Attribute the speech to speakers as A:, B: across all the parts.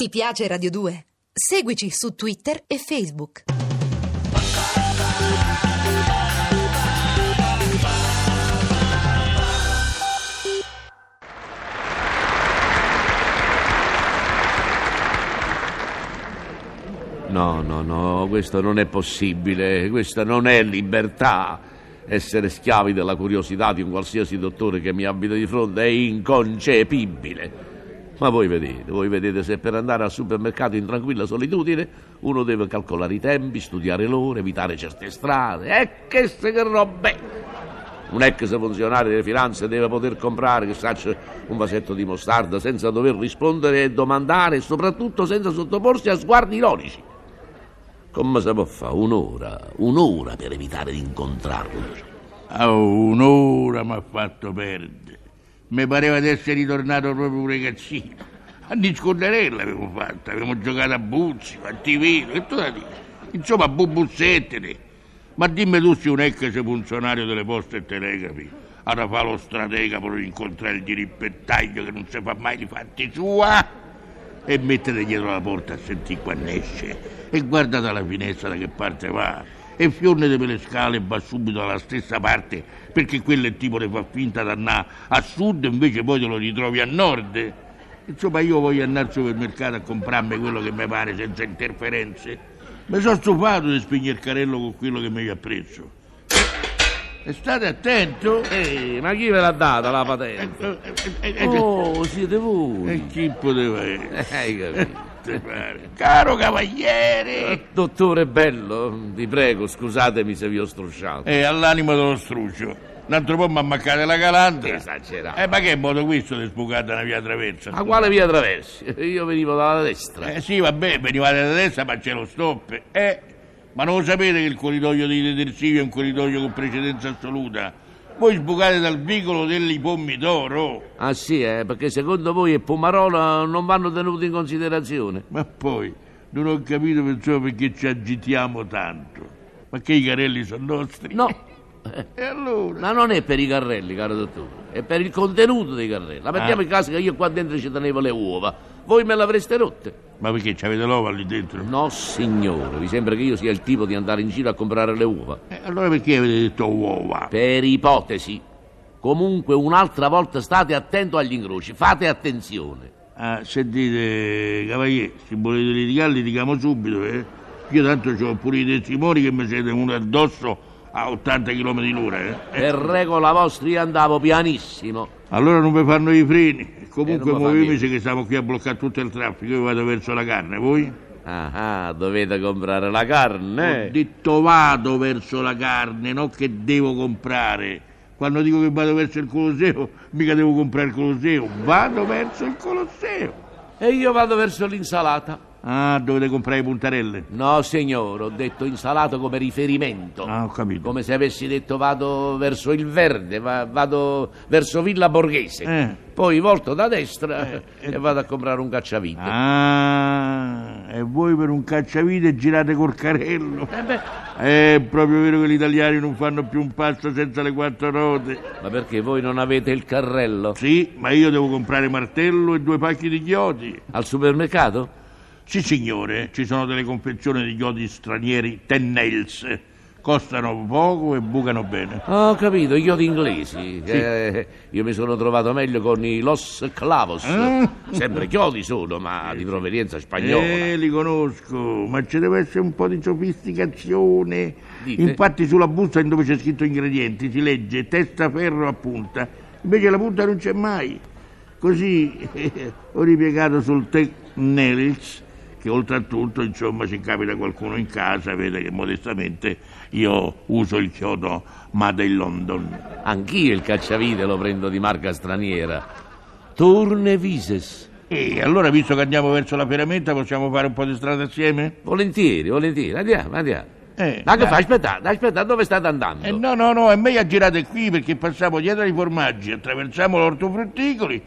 A: Ti piace Radio 2? Seguici su Twitter e Facebook.
B: No, no, no, questo non è possibile, questa non è libertà. Essere schiavi della curiosità di un qualsiasi dottore che mi abita di fronte è inconcepibile. Ma voi vedete, voi vedete se per andare al supermercato in tranquilla solitudine uno deve calcolare i tempi, studiare l'ora, evitare certe strade. E che se che robe! Un ex funzionario delle finanze deve poter comprare, che saccio, un vasetto di mostarda senza dover rispondere e domandare e soprattutto senza sottoporsi a sguardi ironici. Come si può fare un'ora, un'ora per evitare di incontrarlo?
C: Ah, un'ora mi ha fatto perdere. Mi pareva di essere ritornato proprio un ragazzino. A discordarella avevo fatto, avevamo giocato a Buzzi, a Tivino, e tu la dici? Insomma, a bubuzzettene. Ma dimmi tu se un ex funzionario delle poste e telegrafi ha da fare lo stratega per incontrare il dirimpettaglio che non si fa mai di fatti sua e mettete dietro la porta a sentire quando esce e guarda dalla finestra da che parte va e fiornete per le scale e va subito dalla stessa parte perché quel tipo ne fa finta di andare a sud invece poi te lo ritrovi a nord insomma io voglio andare al supermercato a comprarmi quello che mi pare senza interferenze mi sono stufato di spignercarello con quello che mi ha preso e state attento
B: Ehi, ma chi ve l'ha data la patente?
C: e, e- e-
B: Oh, siete voi.
C: e chi poteva essere
B: Eh, Hai capito?
C: Te pare. caro cavaliere
B: Dottore Bello, vi prego, scusatemi se vi ho strusciato.
C: E all'anima dello struccio. Un altro po' mi ammaccate la calandra.
B: Esagerato.
C: Eh, ma che modo questo di sbucare una via traversa?
B: Ma quale via traversi? Io venivo dalla destra.
C: Eh sì, vabbè, venivate da destra, ma c'è lo stop. Eh, ma non lo sapete che il corridoio dei detersivi è un corridoio con precedenza assoluta? Voi sbucate dal vicolo degli pomidoro.
B: Ah sì, eh, perché secondo voi e Pomarola non vanno tenuti in considerazione.
C: Ma poi, non ho capito pensavo perché ci agitiamo tanto. Ma che i carelli sono nostri?
B: No,
C: E allora?
B: ma non è per i carrelli, caro dottore, è per il contenuto dei carrelli. La mettiamo
C: Ah.
B: in caso che io qua dentro ci tenevo le uova. Voi me le avreste rotte?
C: Ma perché c'avete l'ova lì dentro?
B: No, signore, vi sembra che io sia il tipo di andare in giro a comprare le uova?
C: Eh, allora perché avete detto uova?
B: Per ipotesi. Comunque, un'altra volta state attento agli incroci, fate attenzione.
C: Ah, sentite, cavaliere, se volete litigare, litighiamo subito, eh? Io tanto ho pure i testimoni che mi siete venuti addosso a 80 km l'ora, eh?
B: Per regola vostra io andavo pianissimo.
C: Allora non vi fanno i freni. Comunque
B: Eh, non mi fa
C: muoviamoci che stiamo qui a bloccare tutto il traffico, io vado verso la carne, voi?
B: Ah, ah, dovete comprare la carne.
C: Ho detto vado verso la carne, non che devo comprare. Quando dico che vado verso il Colosseo, mica devo comprare il Colosseo, vado verso il Colosseo.
B: E io vado verso l'insalata.
C: Ah, dovete comprare i puntarelle.
B: No, signore, ho detto insalata come riferimento.
C: Ah, ho capito.
B: Come se avessi detto vado verso il verde, va- vado verso Villa Borghese.
C: Eh.
B: Poi volto da destra
C: eh.
B: e vado a comprare un cacciavite.
C: Ah, e voi per un cacciavite girate col carello.
B: Eh beh,
C: È proprio vero che gli italiani non fanno più un passo senza le quattro ruote.
B: ma perché voi non avete il carrello?
C: Sì, ma io devo comprare martello e due pacchi di chiodi.
B: Al supermercato?
C: Sì, signore, ci sono delle confezioni di chiodi stranieri Tennels. Costano poco e bucano bene.
B: Ah, Ho capito, io di inglesi. Eh, io mi sono trovato meglio con i Los Clavos.
C: Ah.
B: Sempre chiodi sono, ma di provenienza spagnola.
C: Eh, li conosco, ma ci deve essere un po' di sofisticazione.
B: Dite.
C: Infatti sulla busta in dove c'è scritto ingredienti si legge testa, ferro a punta, invece la punta non c'è mai. Così eh, ho ripiegato sul Tecnelix, che oltretutto, insomma, se capita qualcuno in casa, vede che modestamente io uso il chiodo Made in London.
B: Anch'io il cacciavite lo prendo di marca straniera. Turnevises.
C: E allora, visto che andiamo verso la ferramenta, possiamo fare un po' di strada assieme?
B: Volentieri, volentieri. Andiamo, andiamo.
C: Eh,
B: Ma che
C: dai.
B: fa? Aspettate, aspettate, dove state andando?
C: Eh, no, no, no, è meglio girate qui perché passiamo dietro ai formaggi, attraversiamo l'ortofrutticoli,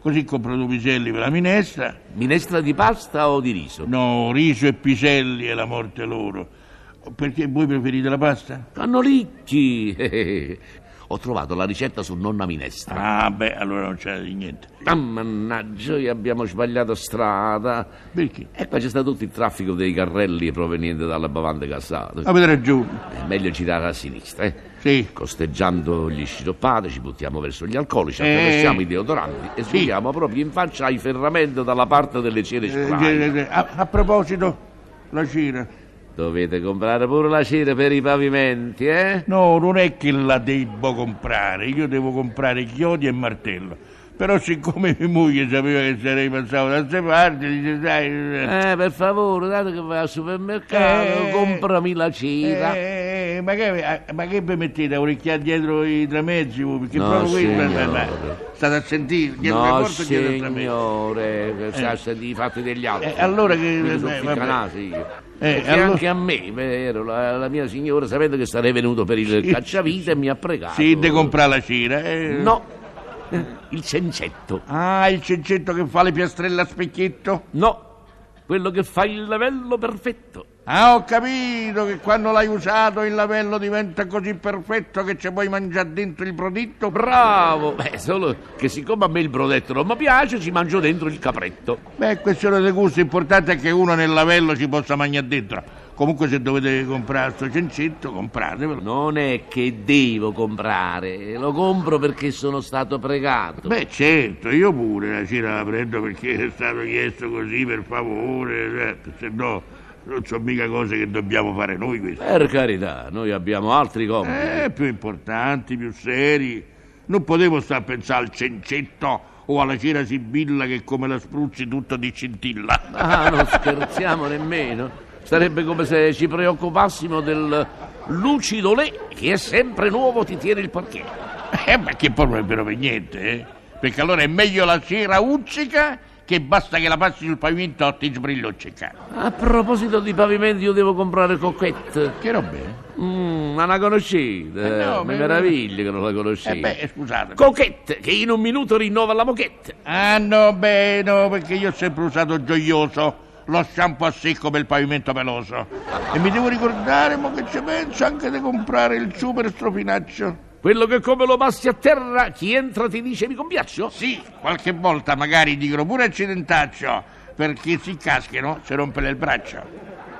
C: così compro due piselli per la minestra.
B: Minestra di pasta o di riso?
C: No, riso e piselli è la morte loro. Perché voi preferite la pasta?
B: Cannolicchi. ho trovato la ricetta su nonna minestra.
C: Ah, beh, allora non c'è di niente.
B: Ah, mannaggia, abbiamo sbagliato strada.
C: Perché?
B: E qua c'è stato tutto il traffico dei carrelli provenienti dalla Bavante Cassata.
C: Avete ragione.
B: È meglio girare a sinistra, eh?
C: Sì.
B: Costeggiando gli sciroppati, ci buttiamo verso gli alcolici,
C: Eh.
B: attraversiamo i deodoranti e sfioriamo proprio in faccia ai ferramenti dalla parte delle cere
C: Eh,
B: spray.
C: eh, eh, a, a proposito, la cera.
B: Dovete comprare pure la cera per i pavimenti, eh?
C: No, non è che la debbo comprare, io devo comprare chiodi e martello. Però siccome mia moglie sapeva che sarei passato da queste parti, dice, sai... eh,
B: Eh, per favore, dato che vai al supermercato,
C: Eh.
B: comprami la cera.
C: eh, eh, ma, che, eh, ma che vi mettete a orecchiare dietro i tramezzi? voi? Perché
B: No,
C: proprio
B: signore.
C: ma- ma- state a sentire, dietro le
B: no,
C: porte e dietro i tramezzi.
B: signore, che sa se di fatti degli altri.
C: Eh, allora che-
B: Quindi sono
C: eh,
B: più
C: vabbè.
B: canasi io.
C: Eh,
B: Perché
C: allora-
B: anche a me, vero, la, la mia signora, sapendo che sarei venuto per il cacciavite, mi ha pregato.
C: Sì, de comprare la cera. eh.
B: No, eh, il cencetto.
C: Ah, il cencetto che fa le piastrelle a specchietto?
B: No, quello che fa il livello perfetto.
C: Ah, ho capito che quando l'hai usato il lavello diventa così perfetto che ci puoi mangiare dentro il prodotto.
B: Bravo! Beh, solo che siccome a me il brodetto non mi piace, ci mangio dentro il capretto.
C: Beh, questione di gusto, l'importante è che uno nel lavello ci possa mangiare dentro. Comunque se dovete comprare sto cencetto, compratevelo.
B: Non è che devo comprare, lo compro perché sono stato pregato.
C: Beh, certo, io pure la cera la prendo perché è stato chiesto così, per favore, eh, se no non so mica cose che dobbiamo fare noi queste.
B: Per carità, noi abbiamo altri compiti.
C: Eh, più importanti, più seri. Non potevo stare a pensare al cencetto o alla cera sibilla che come la spruzzi tutta di scintilla.
B: Ah, non scherziamo nemmeno. Sarebbe come se ci preoccupassimo del lucido lei che è sempre nuovo ti tiene il parcheggio.
C: Eh, ma che poi non è vero per niente, eh? Perché allora è meglio la cera uzzica che basta che la passi sul pavimento e ti sbrilloccica.
B: A proposito di pavimenti, io devo comprare Coquette.
C: Che roba è?
B: Mm, ma la conoscete?
C: Eh no,
B: mi
C: ma-
B: meraviglio che non la
C: Eh
B: conoscete.
C: beh, scusate.
B: Coquette, che in un minuto rinnova la moquette.
C: ah no, beh, no, perché io ho sempre usato gioioso lo shampoo a secco per il pavimento peloso. E mi devo ricordare, ma che ci penso, anche di comprare il super strofinaccio.
B: Quello che come lo passi a terra, chi entra ti dice mi compiaccio?
C: Sì, qualche volta magari dicono pure accidentaccio, perché si caschino, si rompe il braccio.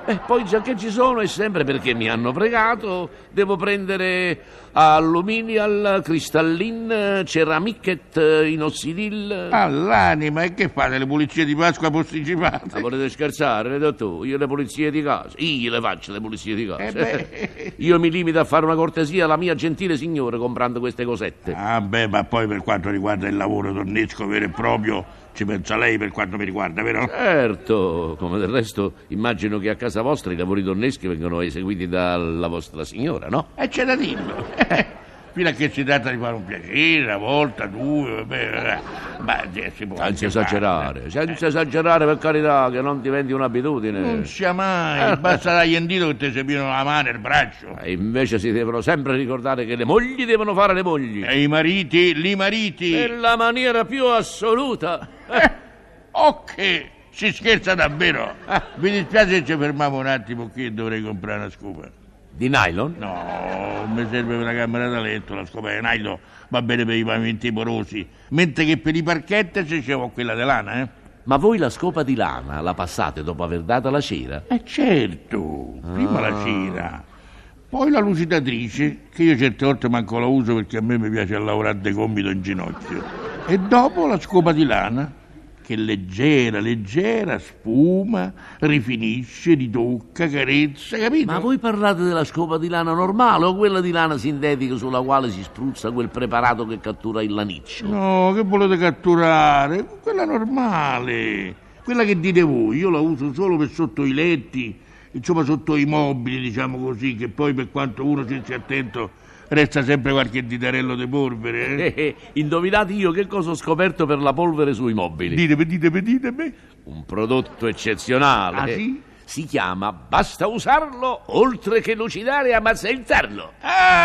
B: E poi già che ci sono, e sempre perché mi hanno pregato, devo prendere alluminal, cristallin, ceramicet, inossidil.
C: All'anima, Ah, e che fate le pulizie di Pasqua
B: Ma
C: posticipate?
B: volete scherzare, vedo tu, io le pulizie di casa, io le faccio le pulizie di casa.
C: Eh beh.
B: io mi limito a fare una cortesia alla mia gentile signora comprando queste cosette.
C: Ah beh, ma poi per quanto riguarda il lavoro donnesco vero e proprio, ci pensa lei per quanto mi riguarda, vero?
B: Certo, come del resto immagino che a casa vostra i lavori donneschi vengano eseguiti dalla vostra signora, no?
C: E c'è da dirlo. Fino a che si tratta di fare un piacere, una volta, due, vabbè, vabbè. ma eh, si può... anche
B: Senza esagerare, senza esagerare per carità, che non diventi un'abitudine.
C: fare. Non sia mai, basta dargli indito che ti servivano la mano e il braccio.
B: E invece si devono sempre ricordare che le mogli devono fare le mogli.
C: E i mariti, li mariti...
B: Nella maniera più assoluta.
C: Eh, ok, si scherza davvero. Mi dispiace se ci fermiamo un attimo qui e dovrei comprare una scopa.
B: Di nylon?
C: No, mi serve una camera da letto, la scopa di nylon va bene per i pavimenti porosi, mentre che per i parchetti se c'è quella di lana, eh?
B: Ma voi la scopa di lana la passate dopo aver data la cera?
C: Eh certo, prima la cera, poi la lucidatrice, che io certe volte manco la uso perché a me mi piace lavorare dei gomito in ginocchio, e dopo la scopa di lana, che leggera, leggera, spuma, rifinisce, ritocca, carezza, capito?
B: Ma voi parlate della scopa di lana normale o quella di lana sintetica sulla quale si spruzza quel preparato che cattura il laniccio?
C: Certo. No, che volete catturare? Quella normale, quella che dite voi, io la uso solo per sotto i letti, insomma sotto i mobili, diciamo così, che poi per quanto uno ci sia attento resta sempre qualche ditarello di polvere. Eh?
B: Eh, eh, Indovinate io che cosa ho scoperto per la polvere sui mobili?
C: Ditemi, ditemi, ditemi.
B: Un prodotto eccezionale.
C: Ah, sì?
B: Si chiama Basta usarlo oltre che lucidare e ammazzaizzarlo.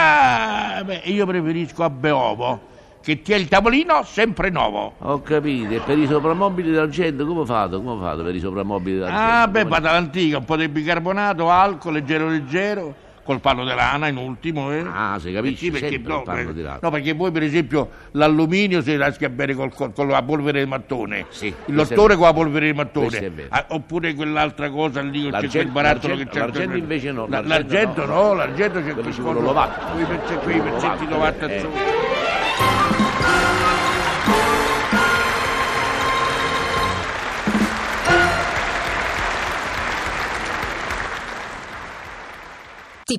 C: Ah, beh, io preferisco a Beovo, che ti è il tavolino sempre nuovo.
B: Ho capito, e per i soprammobili d'argento come fate? Come fate per i soprammobili d'argento?
C: Ah, beh,
B: Come-
C: vado all'antica, un po' di bicarbonato, alcol, leggero leggero, col palo di lana in ultimo. Eh.
B: Ah, si capisce,
C: Eh sì, perché,
B: sempre
C: no,
B: il palo
C: eh,
B: di lana.
C: no, perché poi per esempio l'alluminio si lascia bene col- col- con la polvere di mattone.
B: Sì,
C: Il
B: questo è
C: lottore
B: vero.
C: con la polvere di mattone.
B: Questo è vero.
C: Ah, oppure quell'altra cosa lì, c'è
B: L'argento-
C: quel barattolo
B: l'argento-
C: che c'è.
B: l'argento invece no,
C: La-
B: l'argento
C: L'argento
B: no.
C: no, l'argento c'è
B: Quello ci
C: quel
B: vuole l'ovacchio.
C: Quei pezzi- quei pezzetti
B: L'ovacchio,
C: d'ovatta
B: eh.
C: sopra.
A: Ti